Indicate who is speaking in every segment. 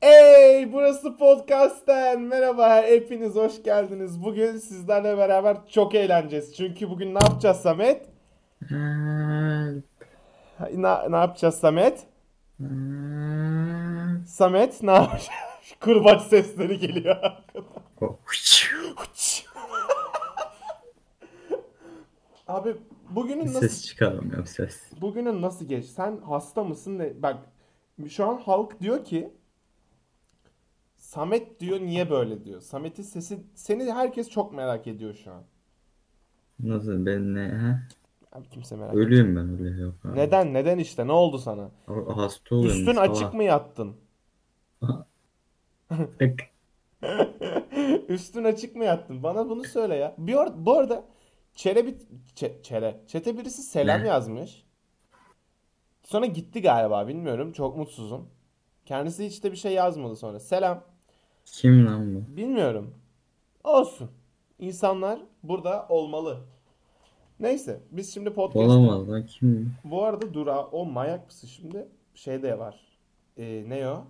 Speaker 1: Hey burası podcast'ten merhaba hepiniz hoş geldiniz. Bugün sizlerle beraber çok eğleneceğiz. Çünkü bugün ne yapacağız Samet? Ne, ne yapacağız Samet? Samet ne yapacağız? Kurbaç sesleri geliyor. Abi bugünün nasıl
Speaker 2: ses çıkaramıyorum ses.
Speaker 1: bugünün nasıl geç? Sen hasta mısın? Ne? Bak şu an halk diyor ki Samet diyor niye böyle diyor. Samet'in sesi seni herkes çok merak ediyor şu an.
Speaker 2: Nasıl ben ne? ha?
Speaker 1: Abi kimse merak etmiyor.
Speaker 2: Ölüyüm ben öyle yok. abi.
Speaker 1: Neden? Neden işte? Ne oldu sana?
Speaker 2: Ha- Hasta oluyorum.
Speaker 1: Üstün
Speaker 2: sabah.
Speaker 1: açık mı yattın?
Speaker 2: Tık.
Speaker 1: Üstün açık mı yattın? Bana bunu söyle ya. Bir or- bu arada çere bir çe- çere çete birisi selam
Speaker 2: Ne?
Speaker 1: yazmış. Sonra gitti galiba bilmiyorum. Çok mutsuzum. Kendisi hiç de bir şey yazmadı sonra. Selam.
Speaker 2: Kim lan bu?
Speaker 1: Bilmiyorum. Olsun. İnsanlar burada olmalı. Neyse biz şimdi podcast
Speaker 2: Olamaz lan kim?
Speaker 1: bu arada dura o manyak mısın şimdi şey de var. Ee, ne o?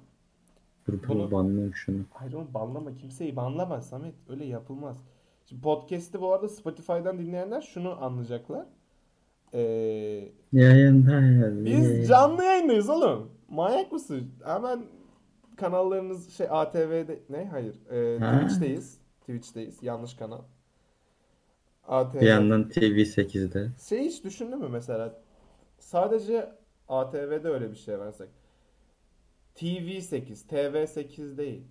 Speaker 2: Dur
Speaker 1: Bunu-
Speaker 2: bunu banlayayım şunu.
Speaker 1: Hayır oğlum banlama kimseyi banlama Samet öyle yapılmaz. Şimdi podcast'i bu arada Spotify'dan dinleyenler şunu anlayacaklar. Ee,
Speaker 2: Yayında ya.
Speaker 1: biz canlı yayındayız oğlum. Manyak mısın? Hemen kanallarımız şey ATV'de ne? Hayır. Ee,
Speaker 2: Ha.
Speaker 1: Twitch'teyiz. Twitch'teyiz. Yanlış kanal. ATV.
Speaker 2: Bir yandan TV8'de.
Speaker 1: Şey hiç düşündün mü mesela? Sadece ATV'de öyle bir şey versek. TV8, TV8 değil.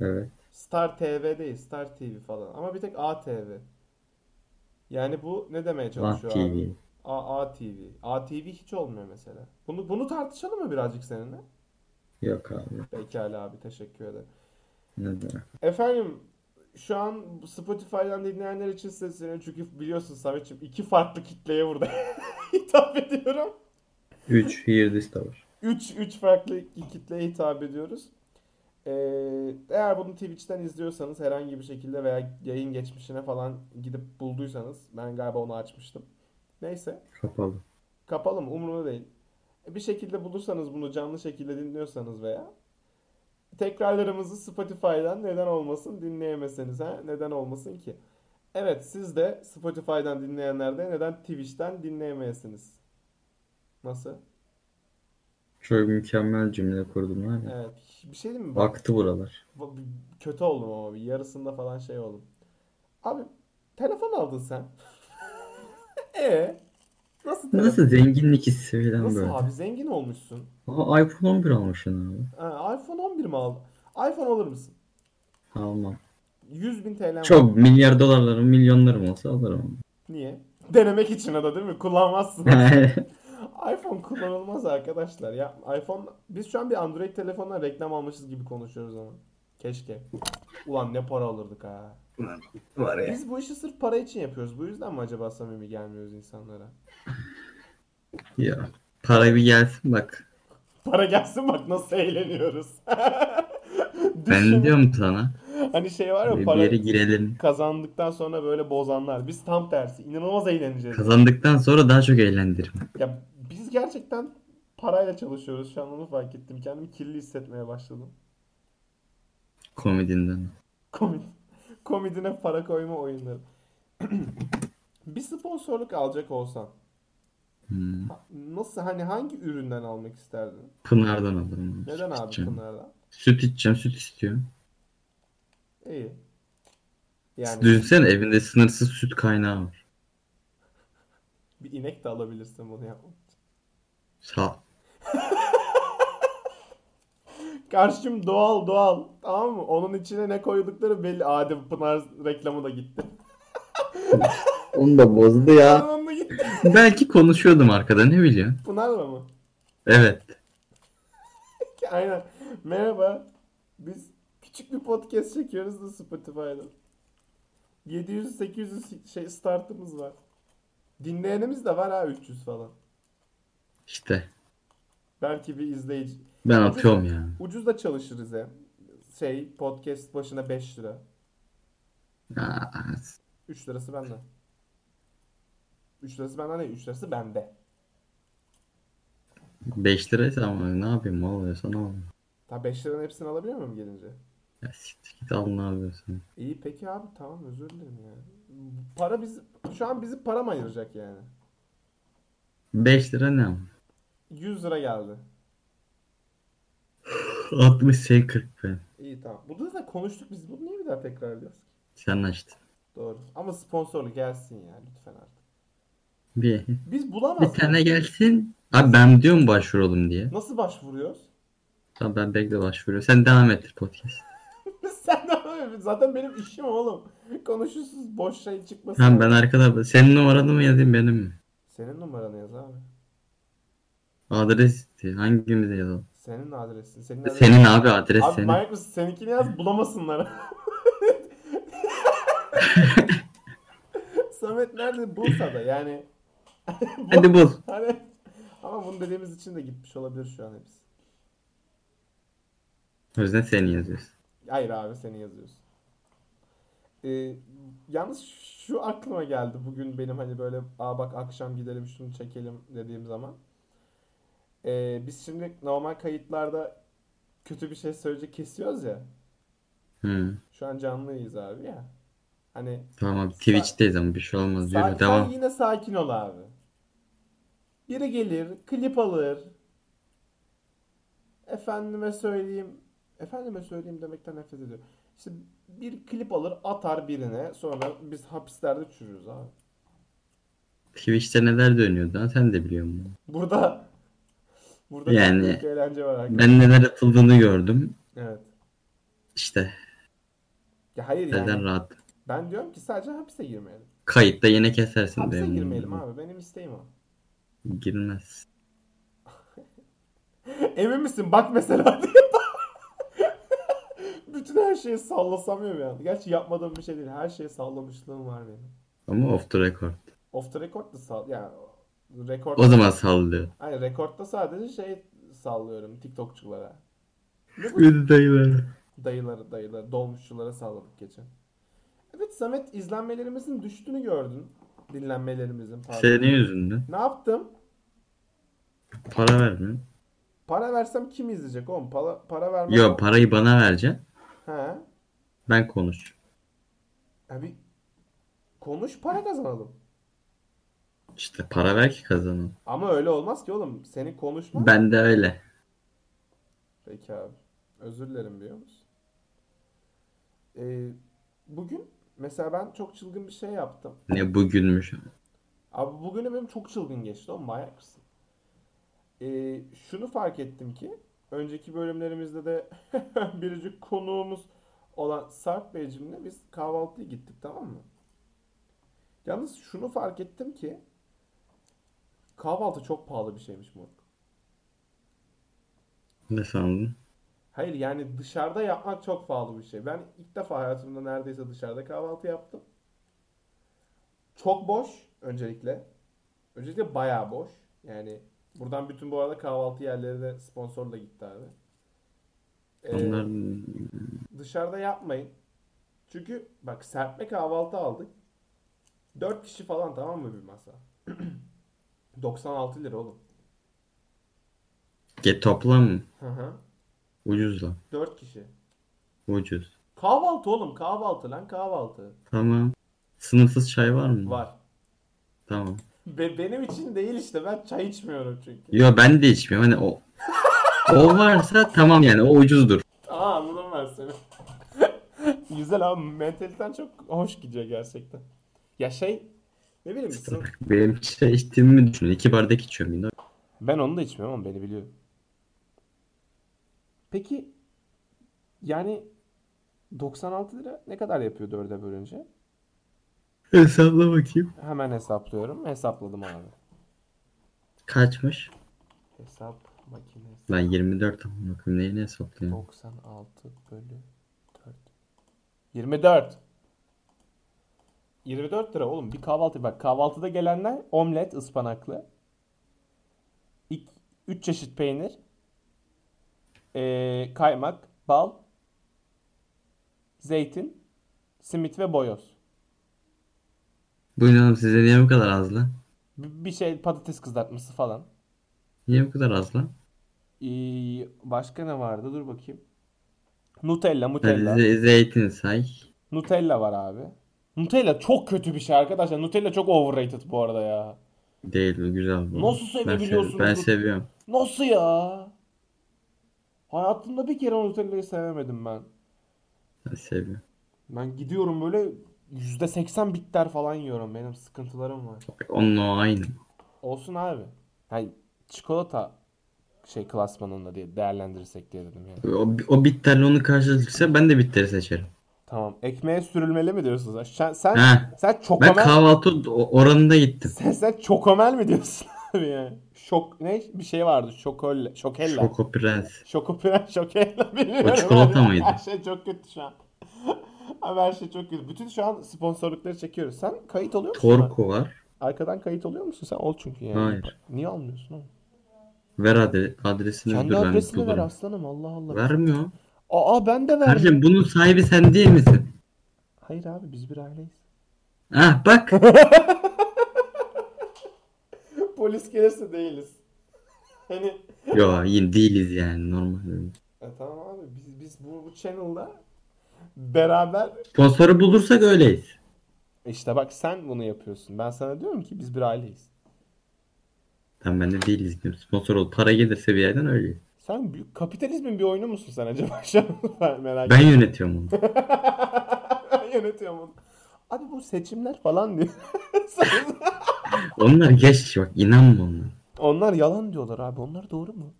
Speaker 2: Evet.
Speaker 1: Star TV değil, Star TV falan. Ama bir tek ATV. Yani bu ne demeye
Speaker 2: Lan
Speaker 1: çalışıyor abi?
Speaker 2: TV.
Speaker 1: A ATV. ATV hiç olmuyor mesela. Bunu bunu tartışalım mı birazcık seninle?
Speaker 2: Yok abi.
Speaker 1: Pekala abi teşekkür ederim.
Speaker 2: Ne demek?
Speaker 1: Efendim şu an Spotify'dan dinleyenler için sesleniyorum. Çünkü biliyorsun Samet'ciğim iki farklı kitleye burada hitap ediyorum.
Speaker 2: 3 Hirdis de var.
Speaker 1: Üç, üç farklı iki kitleye hitap ediyoruz. Ee, eğer bunu Twitch'ten izliyorsanız herhangi bir şekilde veya yayın geçmişine falan gidip bulduysanız ben galiba onu açmıştım. Neyse
Speaker 2: Kapalı.
Speaker 1: kapalı mı umurumda değil. E, Bir şekilde bulursanız bunu canlı şekilde dinliyorsanız veya tekrarlarımızı Spotify'dan neden olmasın dinleyemeseniz ha neden olmasın ki? Evet siz de Spotify'dan dinleyenler de neden Twitch'ten dinleyemeyesiniz? Nasıl?
Speaker 2: Çok mükemmel cümle kurdum var ya.
Speaker 1: Evet. Bir şey değil mi? Bak-
Speaker 2: Aktı buralar.
Speaker 1: Bu- bu- Kötü oldum ama bir yarısında falan şey oldum. Abi telefon aldın sen. E nasıl telefon?
Speaker 2: Nasıl zenginlik hissi falan
Speaker 1: Nasıl
Speaker 2: böyle.
Speaker 1: abi zengin olmuşsun.
Speaker 2: Aa, iPhone 11 almışsın abi.
Speaker 1: Ha, iPhone 11 mi aldın? iPhone alır mısın?
Speaker 2: Almam.
Speaker 1: 100 bin TL mi?
Speaker 2: Çok milyar dolarlarım, milyonlarım olsa alırım.
Speaker 1: Niye? Denemek için o da değil mi? Kullanmazsın. iPhone kullanılmaz arkadaşlar. Ya iPhone biz şu an bir Android telefonla reklam almışız gibi konuşuyoruz ama. Keşke. Ulan ne para alırdık ha.
Speaker 2: Var
Speaker 1: Biz bu işi sırf para için yapıyoruz. Bu yüzden mi acaba samimi gelmiyoruz insanlara?
Speaker 2: Ya para bir gelsin bak.
Speaker 1: Para gelsin bak nasıl eğleniyoruz.
Speaker 2: Ben
Speaker 1: Düşün.
Speaker 2: diyorum sana.
Speaker 1: Hani şey var ya
Speaker 2: bir
Speaker 1: para
Speaker 2: yere girelim.
Speaker 1: kazandıktan sonra böyle bozanlar. Biz tam tersi. inanılmaz eğleneceğiz.
Speaker 2: Kazandıktan sonra daha çok eğlendirme.
Speaker 1: Ya biz gerçekten parayla çalışıyoruz. Şu an onu fark ettim. Kendimi kirli hissetmeye başladım.
Speaker 2: Komedinden.
Speaker 1: Komik. Komedine para koyma oyunları. bir sponsorluk alacak olsan
Speaker 2: Hmm.
Speaker 1: ha- nasıl hani hangi üründen almak isterdin?
Speaker 2: Pınar'dan alırım.
Speaker 1: Neden
Speaker 2: süt
Speaker 1: abi
Speaker 2: içeceğim.
Speaker 1: bunlardan?
Speaker 2: Süt içeceğim, süt istiyorum.
Speaker 1: İyi. Yani
Speaker 2: Düşünsene evinde sınırsız süt kaynağı var.
Speaker 1: bir inek de alabilirsin bunu yapmak için.
Speaker 2: Sağ.
Speaker 1: Karşım doğal doğal. Tamam mı? Onun içine ne koydukları belli. Adem Pınar reklamı da gitti.
Speaker 2: Onu da bozdu ya.
Speaker 1: Tamam mı gitti?
Speaker 2: Belki konuşuyordum arkada ne biliyorsun?
Speaker 1: Pınar'la mı?
Speaker 2: Evet.
Speaker 1: Aynen. Merhaba. Biz küçük bir podcast çekiyoruz da Spotify'da. 700-800 şey startımız var. Dinleyenimiz de var ha 300 falan.
Speaker 2: İşte
Speaker 1: Belki bir izleyici.
Speaker 2: ben atıyorum ya.
Speaker 1: Ucuz da çalışırız ya. Şey podcast başına 5 lira.
Speaker 2: Aa,
Speaker 1: 3 lirası bende. 3 lirası bende değil 3 lirası bende.
Speaker 2: 5 liraysa ama ne yapayım oluyorsa ne oluyor.
Speaker 1: Ta 5 liranın hepsini alabiliyor muyum gelince?
Speaker 2: Ya siktir git al ne yapıyorsun?
Speaker 1: İyi peki abi tamam özür dilerim ya. Para biz şu an bizi para mı ayıracak yani?
Speaker 2: 5 lira ne ama?
Speaker 1: 100 lira geldi.
Speaker 2: 60 şey 40 be.
Speaker 1: İyi tamam. Bunu da konuştuk biz. Bunu niye bir daha tekrar ediyoruz ki?
Speaker 2: Sen açtın.
Speaker 1: Doğru. Ama sponsorlu gelsin ya lütfen artık.
Speaker 2: Bir,
Speaker 1: Biz
Speaker 2: bir
Speaker 1: bulamaz
Speaker 2: tane gelsin. Abi ben diyorum başvuralım diye.
Speaker 1: Nasıl başvuruyoruz?
Speaker 2: Tamam ben bekle başvuruyorum. Sen devam ettir podcast.
Speaker 1: Sen de öyle- zaten benim işim oğlum. Konuşursunuz boş şey çıkmasın.
Speaker 2: Tamam ben arkada senin numaranı mı yazayım benim mi?
Speaker 1: Senin numaranı yaz abi.
Speaker 2: Adres istiyor. Hangimize yazalım?
Speaker 1: Senin adresin. Senin
Speaker 2: Senin abi adres
Speaker 1: Abi
Speaker 2: senin.
Speaker 1: manyak mısın? Seninkini yaz bulamasınlar. Samet nerede? Bursa'da yani. Bu-
Speaker 2: Hadi bul.
Speaker 1: Hani ama bunu dediğimiz için de gitmiş olabilir şu an hepsi.
Speaker 2: O yüzden seni yazıyorsun.
Speaker 1: Hayır abi seni yazıyorsun. Ee, yalnız şu aklıma geldi bugün benim hani böyle aa bak akşam gidelim şunu çekelim dediğim zaman. Ee, biz şimdi normal kayıtlarda kötü bir şey söyleyecek kesiyoruz ya.
Speaker 2: Hı.
Speaker 1: Şu an canlıyız abi ya. Hani
Speaker 2: Tamam abi Twitch'teyiz ama bir şey olmaz.
Speaker 1: sa- sen
Speaker 2: Yürü devam.
Speaker 1: yine sakin ol abi. Biri gelir, klip alır. Efendime söyleyeyim. Efendime söyleyeyim demekten nefret ediyorum. İşte bir klip alır, atar birine. Sonra biz hapislerde çürürüz abi.
Speaker 2: Twitch'te neler dönüyordu lan sen de biliyor musun?
Speaker 1: Burada burada
Speaker 2: Yani-
Speaker 1: çok büyük eğlence var arkadaşlar.
Speaker 2: Ben neler atıldığını gördüm.
Speaker 1: Evet.
Speaker 2: İşte
Speaker 1: Ya hayır yani.
Speaker 2: neden rahat.
Speaker 1: Ben diyorum ki sadece hapse girmeyelim.
Speaker 2: Kayıtta yine kesersin.
Speaker 1: Hapse
Speaker 2: benim.
Speaker 1: girmeyelim abi. Benim isteğim o.
Speaker 2: Girmez.
Speaker 1: Emin misin? Bak mesela diye. Bütün her şeyi sallasam ya bir an. Gerçi yapmadığım bir şey değil. Her şeyi sallamışlığım var benim.
Speaker 2: Ama off the record.
Speaker 1: Off the record da sal... Yani rekord...
Speaker 2: O zaman sallıyor.
Speaker 1: Hani rekordda sadece şey sallıyorum TikTokçulara.
Speaker 2: Ünlü dayıları.
Speaker 1: Dayılara, dayılara, dolmuşçulara salladık geçen. Evet Samet izlenmelerimizin düştüğünü gördün. Dinlenmelerimizin pardon.
Speaker 2: Senin yüzünden.
Speaker 1: Ne yaptım?
Speaker 2: Para vermiyor.
Speaker 1: Para versem kim izleyecek oğlum? Para, para vermem.
Speaker 2: Yo parayı bana vereceksin.
Speaker 1: He.
Speaker 2: Ben konuş.
Speaker 1: Abi konuş para kazanalım.
Speaker 2: İşte para ver ki kazanalım.
Speaker 1: Ama öyle olmaz ki oğlum. Senin konuşman.
Speaker 2: Ben de öyle.
Speaker 1: Peki abi. Özür dilerim biliyor musun? Ee, bugün mesela ben çok çılgın bir şey yaptım.
Speaker 2: Ne bugünmüş.
Speaker 1: Abi bugünü benim çok çılgın geçti oğlum. Manyak mısın? Ee, şunu fark ettim ki önceki bölümlerimizde de biricik konuğumuz olan Sarp Beyciğimle biz kahvaltıya gittik tamam mı? Yalnız şunu fark ettim ki kahvaltı çok pahalı bir şeymiş moruk.
Speaker 2: Ne sandın?
Speaker 1: Hayır yani dışarıda yapmak çok pahalı bir şey. Ben ilk defa hayatımda neredeyse dışarıda kahvaltı yaptım. Çok boş öncelikle. Öncelikle bayağı boş. Yani buradan bütün bu arada kahvaltı yerleri de sponsorla gitti abi. Ee,
Speaker 2: Onlar
Speaker 1: dışarıda yapmayın. Çünkü bak serpme kahvaltı aldık. 4 kişi falan tamam mı bir masa? 96 lira oğlum.
Speaker 2: Get toplam mı?
Speaker 1: Hı hı.
Speaker 2: Ucuz lan.
Speaker 1: 4 kişi.
Speaker 2: Ucuz.
Speaker 1: Kahvaltı oğlum kahvaltı lan kahvaltı.
Speaker 2: Tamam. Sınırsız çay var mı?
Speaker 1: Var.
Speaker 2: Tamam.
Speaker 1: Be- benim için değil işte ben çay içmiyorum çünkü.
Speaker 2: Yo ben de içmiyorum. Hani o o varsa tamam yani o ucuzdur.
Speaker 1: Aa anladım ben seni. Güzel abi mentaliten çok hoş gidiyor gerçekten. Ya şey ne bileyim sırf-
Speaker 2: Benim şey içtiğimi düşünün. İki bardak içiyorum yine.
Speaker 1: ben onu da içmiyorum ama beni biliyor. Peki yani 96 lira ne kadar yapıyor dörde bölünce?
Speaker 2: Hesapla bakayım.
Speaker 1: Hemen hesaplıyorum. Hesapladım abi.
Speaker 2: Kaçmış?
Speaker 1: Hesap makinesi.
Speaker 2: Lan 24 ama bakayım neyini hesaplıyorum.
Speaker 1: 96 bölü 4. 24. 24 lira oğlum. Bir kahvaltı bak. Kahvaltıda gelenler omlet ıspanaklı. 3 çeşit peynir. ee, kaymak, bal, zeytin, simit ve boyoz.
Speaker 2: Bu inanın size niye bu kadar az lan?
Speaker 1: Bir bir şey patates kızartması falan.
Speaker 2: Niye bu kadar az lan?
Speaker 1: Ee, başka ne vardı? Dur bakayım. Nutella, Nutella.
Speaker 2: Ze- zeytin say.
Speaker 1: Nutella var abi. Nutella çok kötü bir şey arkadaşlar. Nutella çok overrated bu arada ya.
Speaker 2: Değil mi? Güzel bu.
Speaker 1: Nasıl
Speaker 2: ben,
Speaker 1: sevebiliyorsunuz
Speaker 2: sev- ben
Speaker 1: bu-
Speaker 2: seviyorum.
Speaker 1: Nasıl ya? Hayatımda bir kere Nutella'yı sevemedim ben.
Speaker 2: Ben seviyorum.
Speaker 1: Ben gidiyorum böyle %80 bitter falan yiyorum. Benim sıkıntılarım var.
Speaker 2: Onunla o aynı.
Speaker 1: Olsun abi. Yani çikolata şey klasmanında diye değerlendirirsek diye dedim yani.
Speaker 2: O, o bitterle onu karşılaştırırsa ben de bitteri seçerim.
Speaker 1: Tamam. Ekmeğe sürülmeli mi diyorsunuz? Sen sen,
Speaker 2: Ha.
Speaker 1: sen
Speaker 2: Ben
Speaker 1: çokomel
Speaker 2: kahvaltı o- oranında gittim.
Speaker 1: sen, sen çokomel mi diyorsun abi yani? Şok ne bir şey vardı. Şokolle, şokella.
Speaker 2: Şoko Prens.
Speaker 1: Şokopren şokella bilmiyorum.
Speaker 2: O çikolata
Speaker 1: Her-
Speaker 2: mıydı?
Speaker 1: Her şey çok kötü şu an. Abi her şey çok kötü. Bütün şu an sponsorlukları çekiyoruz. Sen kayıt oluyor musun?
Speaker 2: Torku var.
Speaker 1: Arkadan kayıt oluyor musun? Sen ol çünkü yani.
Speaker 2: Hayır.
Speaker 1: Niye almıyorsun oğlum?
Speaker 2: Ver adre- adresini
Speaker 1: Kendi
Speaker 2: dur ben
Speaker 1: adresini ver
Speaker 2: bulurum.
Speaker 1: aslanım Allah Allah.
Speaker 2: Vermiyor.
Speaker 1: Aa ben de verdim.
Speaker 2: Kardeşim bunun sahibi sen değil misin?
Speaker 1: Hayır abi biz bir aileyiz.
Speaker 2: Ah bak.
Speaker 1: Polis gelirse değiliz. Hani
Speaker 2: Yo yine değiliz yani normal.
Speaker 1: E tamam abi biz biz bu, bu channel'da beraber
Speaker 2: Sponsoru bulursak öyleyiz.
Speaker 1: işte bak sen bunu yapıyorsun. Ben sana diyorum ki biz bir aileyiz.
Speaker 2: Tamam ben de değiliz diyorum. Sponsor ol. Para gelirse bir yerden öyleyiz.
Speaker 1: Sen büyük kapitalizmin bir oyunu musun sen acaba? Şu an ben merak
Speaker 2: Ben yönetiyorum onu.
Speaker 1: ben yönetiyorum onu. Abi bu seçimler falan diyor. Sen-
Speaker 2: Onlar geç bak inanma onlara.
Speaker 1: Onlar yalan diyorlar abi. Onlar doğru mu?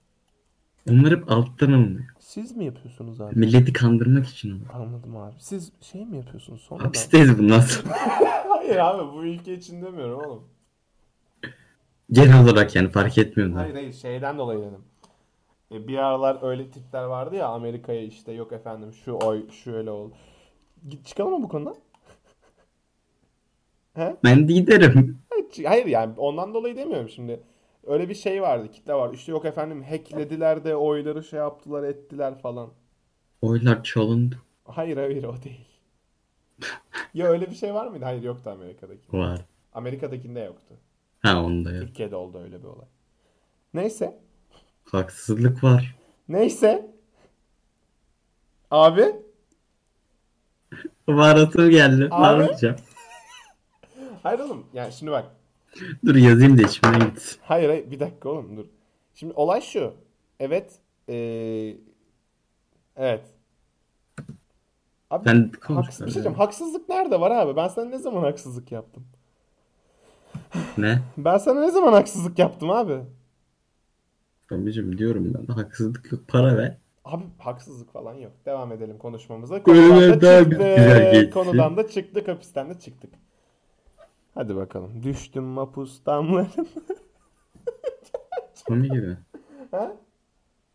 Speaker 2: Onlar hep alttan alınıyor.
Speaker 1: Siz mi yapıyorsunuz abi?
Speaker 2: Milleti kandırmak için alınıyor.
Speaker 1: Anladım abi. Siz şey mi yapıyorsunuz sonradan?
Speaker 2: Hapisteyiz bundan sonra.
Speaker 1: Hayır abi bu ülke için demiyorum oğlum.
Speaker 2: Genel olarak yani fark etmiyorlar.
Speaker 1: Hayır hayır şeyden dolayı dedim. E, bir aralar öyle tipler vardı ya Amerika'ya işte yok efendim şu oy şu öyle ol. Git çıkalım mı bu konudan?
Speaker 2: Ben de giderim.
Speaker 1: Hayır, çı- Hayır yani ondan dolayı demiyorum şimdi. Öyle bir şey vardı kitle vardı. İşte yok efendim hacklediler de oyları şey yaptılar ettiler falan.
Speaker 2: Oylar çalındı.
Speaker 1: Hayır hayır o değil. ya öyle bir şey var mıydı? Hayır yoktu Amerika'daki.
Speaker 2: Var.
Speaker 1: Amerika'dakinde yoktu.
Speaker 2: Ha onda ya.
Speaker 1: Türkiye'de oldu öyle bir olay. Neyse.
Speaker 2: Haksızlık var.
Speaker 1: Neyse. Abi.
Speaker 2: Baharatım geldi. Bağıracağım.
Speaker 1: Hayır oğlum. Yani şimdi bak.
Speaker 2: Dur yazayım da içimden gitsin.
Speaker 1: Hayır hayır bir dakika oğlum dur. Şimdi olay şu. Evet. eee, evet. Abi
Speaker 2: Ben konuş-
Speaker 1: haksız, bir şey diyeceğim. Haksızlık nerede var abi? Ben sana ne zaman haksızlık yaptım?
Speaker 2: Ne?
Speaker 1: Ben sana ne zaman haksızlık yaptım abi?
Speaker 2: Abicim diyorum ben de haksızlık yok. Para ver.
Speaker 1: Abi haksızlık falan yok. Devam edelim konuşmamıza.
Speaker 2: Böyle
Speaker 1: Konudan da
Speaker 2: daha
Speaker 1: çıktık. Ee,
Speaker 2: güzel geçsin.
Speaker 1: Konudan da çıktık. Hapisten de çıktık. Hadi bakalım. Düştüm mapus damlarım.
Speaker 2: Komik gibi.
Speaker 1: Ha?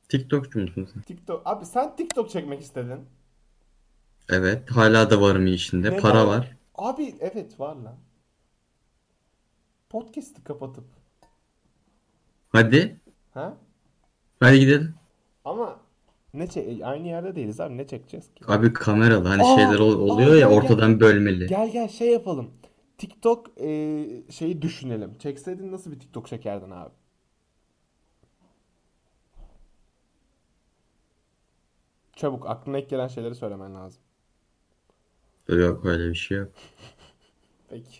Speaker 2: TikTokçu musun sen?
Speaker 1: TikTok. Abi sen TikTok çekmek istedin.
Speaker 2: Evet. Hala da varım işinde.
Speaker 1: Ne
Speaker 2: Para
Speaker 1: var?
Speaker 2: var.
Speaker 1: Abi evet var lan. Podcast'i kapatıp.
Speaker 2: Hadi.
Speaker 1: Ha?
Speaker 2: Hadi gidelim.
Speaker 1: Ama ne çe- aynı yerde değiliz abi ne çekeceğiz ki?
Speaker 2: Abi kameralı hani
Speaker 1: Aa,
Speaker 2: şeyler ol- oluyor
Speaker 1: aa,
Speaker 2: ya
Speaker 1: gel,
Speaker 2: ortadan bölmeli.
Speaker 1: Gel gel şey yapalım. TikTok e, şeyi düşünelim. Çekseydin nasıl bir TikTok çekerdin abi? Çabuk aklına ilk gelen şeyleri söylemen lazım.
Speaker 2: Yok öyle bir şey yok.
Speaker 1: Peki.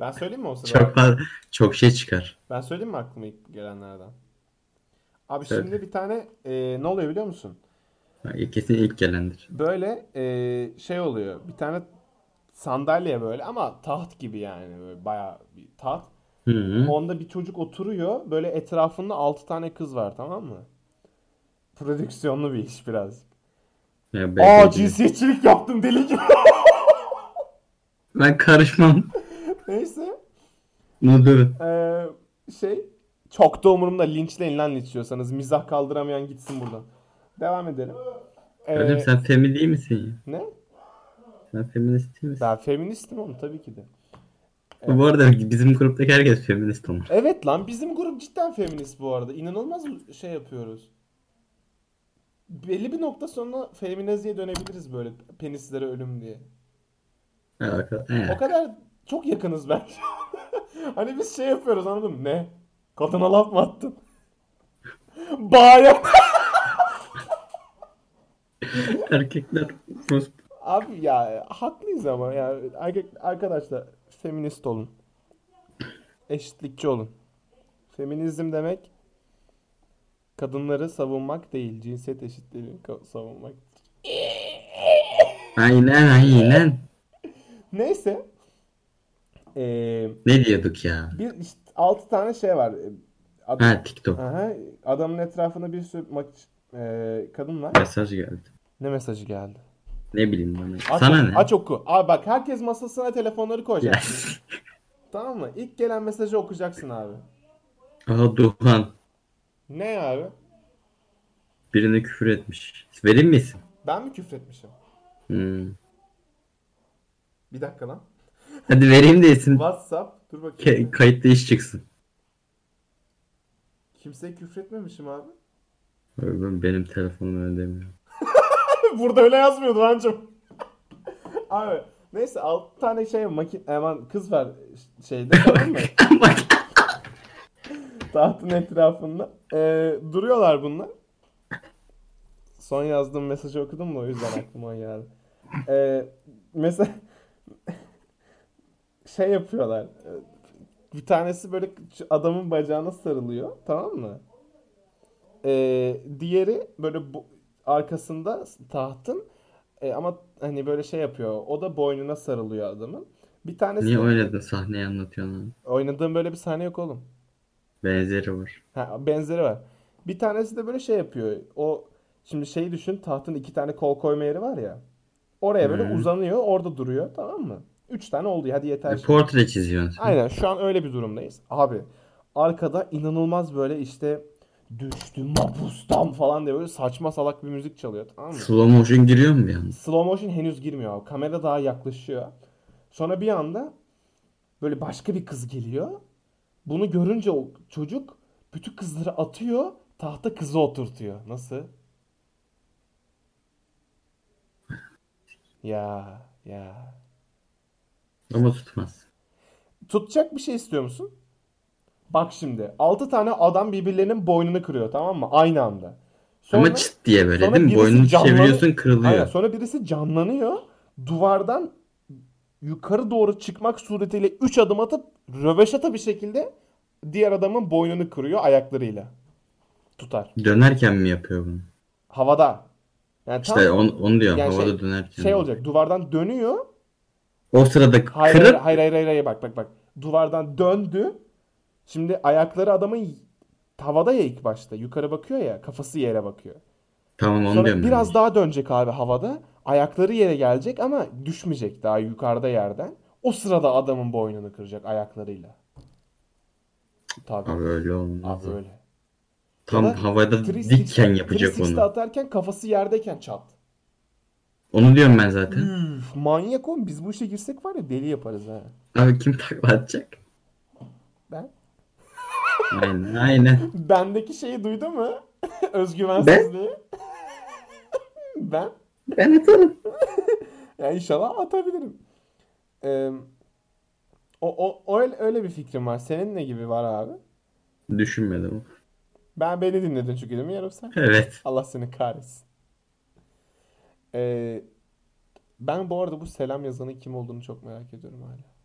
Speaker 1: Ben söyleyeyim mi o sırada?
Speaker 2: Çok fazla, çok şey çıkar.
Speaker 1: Ben söyleyeyim mi aklıma ilk gelenlerden? Abi
Speaker 2: Söyle.
Speaker 1: şimdi bir tane e, ne oluyor biliyor musun?
Speaker 2: Yani Kesin ilk gelendir.
Speaker 1: Böyle e, şey oluyor. Bir tane sandalye böyle ama taht gibi yani böyle bayağı bir taht.
Speaker 2: Hı -hı.
Speaker 1: Onda bir çocuk oturuyor. Böyle etrafında 6 tane kız var tamam mı? Prodüksiyonlu bir iş birazcık.
Speaker 2: Ya
Speaker 1: Aa
Speaker 2: belki-
Speaker 1: cinsiyetçilik yaptım deli gibi.
Speaker 2: Ben karışmam.
Speaker 1: Neyse.
Speaker 2: Mudur.
Speaker 1: Ee, şey çok da umurumda linçleyin lan linçliyorsanız. Mizah kaldıramayan gitsin buradan. Devam edelim. Ee,
Speaker 2: Kardeşim sen feminist değil misin ya?
Speaker 1: Ne?
Speaker 2: Sen feminist değil misin?
Speaker 1: Ben feministim oğlum tabii ki de.
Speaker 2: Bu arada bizim gruptaki herkes feminist olmuş.
Speaker 1: Evet lan bizim grup cidden feminist bu arada. İnanılmaz şey yapıyoruz. Belli bir nokta sonra feminaziye dönebiliriz böyle penislere ölüm diye.
Speaker 2: Ha, arka- he.
Speaker 1: O kadar çok yakınız bence. hani biz şey yapıyoruz anladın mı? Ne? Kadına laf mı attın? Bağıra.
Speaker 2: Erkekler pus-
Speaker 1: Abi ya haklıyız ama ya erkek arkadaşlar feminist olun. Eşitlikçi olun. Feminizm demek kadınları savunmak değil, cinsiyet eşitliğini ka- savunmak.
Speaker 2: Aynen aynen.
Speaker 1: Neyse. Ee,
Speaker 2: Ne diyorduk ya?
Speaker 1: bir işte 6 tane şey var. Ad-
Speaker 2: Ha TikTok.
Speaker 1: Aha, adamın etrafında bir sürü maç e, kadın var.
Speaker 2: Mesaj geldi.
Speaker 1: Ne mesajı geldi?
Speaker 2: Ne bileyim bana.
Speaker 1: Aç,
Speaker 2: Sana ne?
Speaker 1: aç oku. Abi bak herkes masasına telefonları koyacak.
Speaker 2: Ya.
Speaker 1: Tamam mı? İlk gelen mesajı okuyacaksın abi.
Speaker 2: Aha Doğan.
Speaker 1: Ne abi?
Speaker 2: Birine küfür etmiş. Vereyim mi isim?
Speaker 1: Ben mi küfretmişim?
Speaker 2: Hmm.
Speaker 1: Bir dakika lan.
Speaker 2: Hadi vereyim de isim.
Speaker 1: WhatsApp. Dur bakayım.
Speaker 2: Ke- kayıtta iş çıksın.
Speaker 1: Kimseye küfretmemişim abi.
Speaker 2: Ben- Benim telefonum öyle demiyor.
Speaker 1: Burada öyle yazmıyordu ancım. abi neyse 6 tane şey makin aman kız var şeyde tamam mı?
Speaker 2: Bak.
Speaker 1: Tahtın etrafında. Ee, duruyorlar bunlar. Son yazdığım mesajı okudum da o yüzden aklıma geldi. Ee, mesela şey yapıyorlar. Ee, Bir tanesi böyle adamın bacağına sarılıyor. Tamam mı? Ee, diğeri böyle bu, arkasında tahtın Ee, ama hani böyle şey yapıyor. O da boynuna sarılıyor adamın. Bir tanesi
Speaker 2: Niye oynadın sahneyi anlatıyorsun lan?
Speaker 1: oynadığım böyle bir sahne yok oğlum.
Speaker 2: Benzeri var.
Speaker 1: Ha, benzeri var. Bir tanesi de böyle şey yapıyor. O şimdi şeyi düşün. Tahtın iki tane kol koyma yeri var ya. Oraya böyle
Speaker 2: Hı.
Speaker 1: uzanıyor. Orada duruyor. Tamam mı? Üç tane oldu. Hadi yeter.
Speaker 2: E, portre çiziyorsun sen.
Speaker 1: Aynen. Şu an öyle bir durumdayız. Abi arkada inanılmaz böyle işte düştüm mapustan falan diye böyle saçma salak bir müzik çalıyor. Tamam mı?
Speaker 2: Slow motion giriyor mu yalnız?
Speaker 1: Slow motion henüz girmiyor. Kamera daha yaklaşıyor. Sonra bir anda böyle başka bir kız geliyor. Bunu görünce o çocuk bütün kızları atıyor. Tahta kızı oturtuyor. Nasıl? Ya ya.
Speaker 2: Ama tutmaz.
Speaker 1: Tutacak bir şey istiyor musun? Bak şimdi. 6 tane adam birbirlerinin boynunu kırıyor tamam mı? Aynı anda. Sonra-
Speaker 2: Ama çıt diye böyle
Speaker 1: sonra
Speaker 2: değil mi?
Speaker 1: birisi
Speaker 2: Boynunu
Speaker 1: canlanı-
Speaker 2: çeviriyorsun kırılıyor.
Speaker 1: Aynen. Sonra birisi canlanıyor. Duvardan yukarı doğru çıkmak suretiyle 3 adım atıp röveşata bir şekilde diğer adamın boynunu kırıyor ayaklarıyla. Tutar.
Speaker 2: Dönerken mi yapıyor bunu?
Speaker 1: Havada. Yani tam
Speaker 2: İşte on, onu diyor.
Speaker 1: Yani
Speaker 2: havada
Speaker 1: şey-
Speaker 2: dönerken.
Speaker 1: şey olacak. Duvardan dönüyor.
Speaker 2: O sırada
Speaker 1: Hayır
Speaker 2: kırıp
Speaker 1: hayır, hayır hayır hayır, hayır. bak bak bak. Duvardan döndü. Şimdi ayakları adamın havada ya ilk başta. Yukarı bakıyor ya. Kafası yere bakıyor.
Speaker 2: tamam onu
Speaker 1: Sonra
Speaker 2: diyorum. ben.
Speaker 1: biraz daha dönecek abi havada. Ayakları yere gelecek ama düşmeyecek daha yukarıda yerden. O sırada adamın boynunu kıracak ayaklarıyla. Tabii.
Speaker 2: Abi öyle olmaz.
Speaker 1: Abi öyle.
Speaker 2: Tam
Speaker 1: Ya da
Speaker 2: havada
Speaker 1: 360'te
Speaker 2: dikken yapacak
Speaker 1: 360'te
Speaker 2: onu.
Speaker 1: atarken kafası yerdeyken çat.
Speaker 2: Onu diyorum ben zaten.
Speaker 1: Üf, manyak oğlum biz bu işe girsek var ya deli yaparız ha.
Speaker 2: Abi kim takla atacak?
Speaker 1: Ben.
Speaker 2: Aynen aynen.
Speaker 1: Bendeki şeyi duydu mu? Özgüvensizliği. ben.
Speaker 2: Ben atarım.
Speaker 1: Ya inşallah atabilirim. Ee, o, o, o öyle, öyle bir fikrim var. Senin ne gibi var abi?
Speaker 2: Düşünmedim.
Speaker 1: Ben beni dinledin çünkü değil mi yarım sen?
Speaker 2: Evet.
Speaker 1: Allah seni kahretsin. Ee, ben bu arada bu selam yazanın kim olduğunu çok merak ediyorum hala.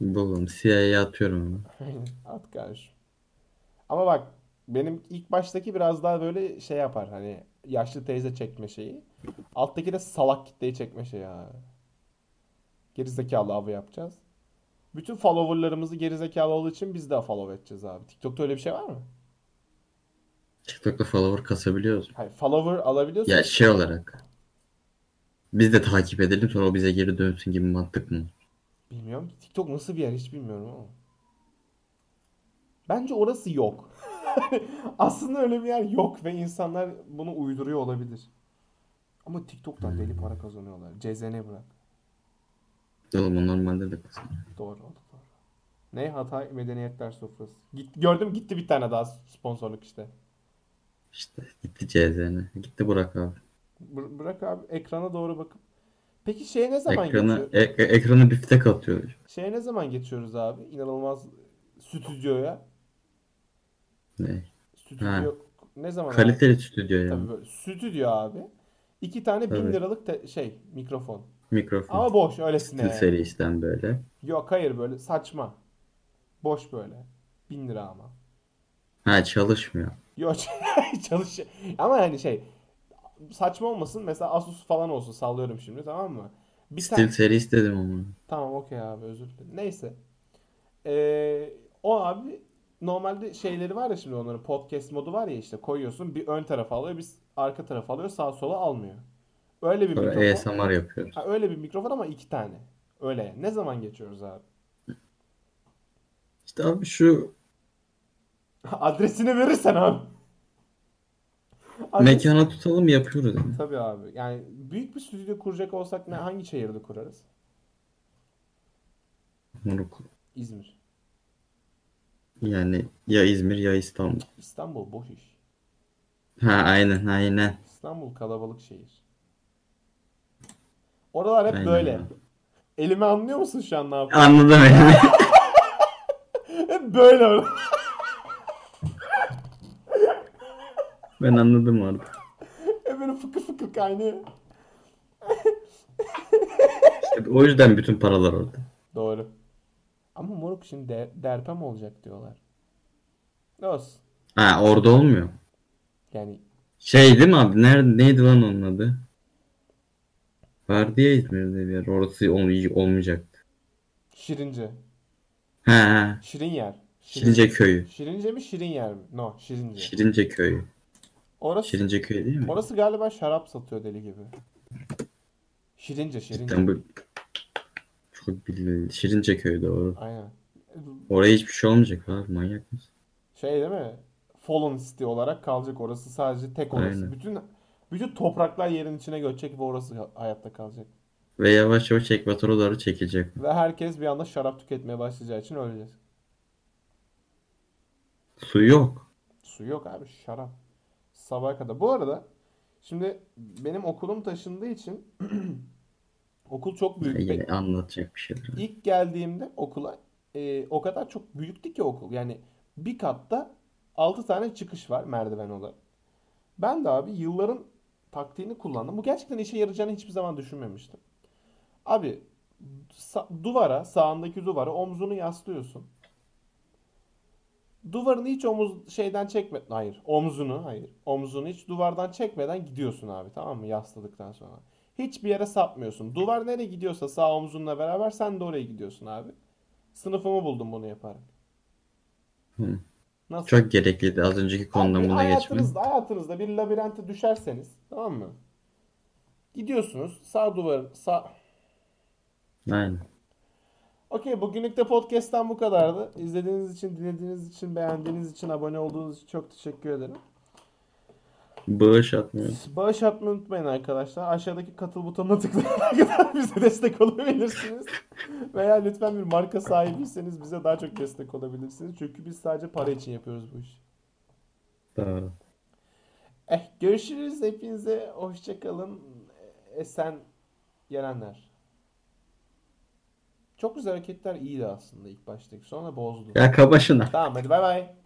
Speaker 2: Buldum. CIA'ya atıyorum onu.
Speaker 1: At kardeşim. Ama bak benim ilk baştaki biraz daha böyle şey yapar hani yaşlı teyze çekme şeyi. Alttaki de salak kitleyi çekme şeyi abi. Gerizekalı avı yapacağız. Bütün followerlarımızı gerizekalı olduğu için biz de follow edeceğiz abi. TikTok'ta öyle bir şey var mı?
Speaker 2: TikTok'ta follower kasabiliyoruz.
Speaker 1: Hayır, follower alabiliyorsun.
Speaker 2: Ya şey olarak. Biz de takip edelim sonra o bize geri dönsün gibi mantık mı?
Speaker 1: Bilmiyorum. ki. TikTok nasıl bir yer hiç bilmiyorum ama. Bence orası yok. Aslında öyle bir yer yok ve insanlar bunu uyduruyor olabilir. Ama TikTok'tan deli para kazanıyorlar. Cezene bırak.
Speaker 2: Oğlum o normalde de kasabiliyor.
Speaker 1: Doğru oldu. Doğru. Ne? Hatay Medeniyetler Sofrası. Git, gördüm gitti bir tane daha sponsorluk işte.
Speaker 2: İşte gitti CZN. Gitti Burak abi.
Speaker 1: Bır- bırak abi ekrana doğru bakıp. Peki şeye ne zaman
Speaker 2: Ekranı,
Speaker 1: geçiyor-
Speaker 2: e- e- ekranı biftek atıyor.
Speaker 1: Şeye ne zaman geçiyoruz abi? İnanılmaz stüdyoya.
Speaker 2: Ne?
Speaker 1: Stüdyo ne zaman abi?
Speaker 2: Kaliteli stüdyo ya.
Speaker 1: Tabii böyle stüdyo abi. İki tane bin
Speaker 2: Tabii.
Speaker 1: liralık te- şey mikrofon.
Speaker 2: Mikrofon.
Speaker 1: Ama boş öylesine.
Speaker 2: Steel
Speaker 1: yani.
Speaker 2: serisinden böyle.
Speaker 1: Yok hayır böyle saçma. Boş böyle. Bin lira ama.
Speaker 2: Ha çalışmıyor.
Speaker 1: Yok çalış. Ama yani şey saçma olmasın. Mesela Asus falan olsun sallıyorum şimdi tamam mı? Bir
Speaker 2: Steel
Speaker 1: tane
Speaker 2: serisi dedim ama.
Speaker 1: tamam okey abi özür dilerim. Neyse. Ee, o abi normalde şeyleri var ya şimdi onların podcast modu var ya işte koyuyorsun bir ön tarafa alıyor bir arka tarafa alıyor sağ sola almıyor. Öyle bir
Speaker 2: Sonra E
Speaker 1: mikrofon.
Speaker 2: ASMR yapıyoruz.
Speaker 1: Ha, öyle bir mikrofon ama iki tane. Öyle. Ne zaman geçiyoruz abi?
Speaker 2: İşte abi şu
Speaker 1: Adresini verirsen abi. Adres-
Speaker 2: mekana tutalım yapıyoruz. Yani.
Speaker 1: Tabii abi. Yani büyük bir stüdyo kuracak olsak ne hangi şehirde kurarız?
Speaker 2: Moruk.
Speaker 1: İzmir.
Speaker 2: Yani ya İzmir ya İstanbul.
Speaker 1: İstanbul boş iş.
Speaker 2: Ha aynen aynen.
Speaker 1: İstanbul kalabalık şehir. Oralar hep
Speaker 2: Aynen
Speaker 1: böyle.
Speaker 2: abi.
Speaker 1: Elimi anlıyor musun şu an ne yapıyorum?
Speaker 2: Anladım yani.
Speaker 1: Hep böyle.
Speaker 2: ben anladım artık.
Speaker 1: hep böyle fıkır fıkır kaynıyor.
Speaker 2: İşte o yüzden bütün paralar orada.
Speaker 1: Doğru. Ama moruk şimdi de- derpem olacak diyorlar. Ne olsun.
Speaker 2: Ha orada olmuyor.
Speaker 1: Yani
Speaker 2: Şey değil mi abi? Nerede, neydi lan onun adı? Vardı ya İzmir'de bir yer. Orası ol- olmayacaktı.
Speaker 1: Şirince.
Speaker 2: Ha ha.
Speaker 1: Şirin yer.
Speaker 2: Şirince köyü.
Speaker 1: Şirince mi şirin yer mi? No Şirince.
Speaker 2: Şirince köyü.
Speaker 1: Orası
Speaker 2: Şirince köyü değil mi?
Speaker 1: orası galiba şarap satıyor deli gibi. Şirince Şirince.
Speaker 2: Cidden bu çok bildiğin Şirince köyü doğru.
Speaker 1: Aynen.
Speaker 2: Oraya hiçbir şey olmayacak abi manyak mısın?
Speaker 1: Şey değil mi? Fallen City olarak kalacak orası sadece tek orası.
Speaker 2: Aynen.
Speaker 1: Bütün bütün topraklar yerin içine göçecek ve orası hayatta kalacak.
Speaker 2: Ve yavaş yavaş ekvatora doğru çekecek.
Speaker 1: Ve herkes bir anda şarap tüketmeye başlayacağı için öleceğiz.
Speaker 2: Su yok.
Speaker 1: Su yok abi şarap. Sabaha kadar. Bu arada şimdi benim okulum taşındığı için okul çok büyük.
Speaker 2: Ya
Speaker 1: Peki-
Speaker 2: Yine anlatacak bir şeyler.
Speaker 1: İlk geldiğimde okula e, o kadar çok büyüktü ki okul. Yani bir katta 6 tane çıkış var merdiven olarak. Ben de abi yılların taktiğini kullandım. Bu gerçekten işe yarayacağını hiçbir zaman düşünmemiştim. Abi sa- duvara, sağındaki duvara omzunu yaslıyorsun. Duvarını hiç omuz şeyden çekme. Hayır, omzunu, hayır. Omzunu hiç duvardan çekmeden gidiyorsun abi, tamam mı? Yasladıktan sonra. Hiçbir yere sapmıyorsun. Duvar nereye gidiyorsa sağ omzunla beraber sen de oraya gidiyorsun abi. Sınıfımı buldum bunu yaparak.
Speaker 2: Hı.
Speaker 1: Nasıl?
Speaker 2: Çok gerekliydi az önceki konudan
Speaker 1: Abi
Speaker 2: buna geçme.
Speaker 1: hayatınızda, hayatınızda bir labirente düşerseniz tamam mı? Gidiyorsunuz sağ duvarın sağ...
Speaker 2: Aynen.
Speaker 1: Okey bugünlük de podcast'ten bu kadardı. İzlediğiniz için, dinlediğiniz için, beğendiğiniz için, abone olduğunuz için çok teşekkür ederim.
Speaker 2: Bağış atmıyor.
Speaker 1: Bağış atmayı unutmayın arkadaşlar. Aşağıdaki katıl butonuna tıklayarak kadar bize destek olabilirsiniz. Veya lütfen bir marka sahibiyseniz bize daha çok destek olabilirsiniz. Çünkü biz sadece para için yapıyoruz bu işi.
Speaker 2: Doğru.
Speaker 1: Eh, görüşürüz hepinize. Hoşçakalın. Esen gelenler. Çok güzel hareketler iyiydi aslında ilk baştaki. Sonra bozdu.
Speaker 2: Ya kabaşına.
Speaker 1: Tamam hadi bay bay.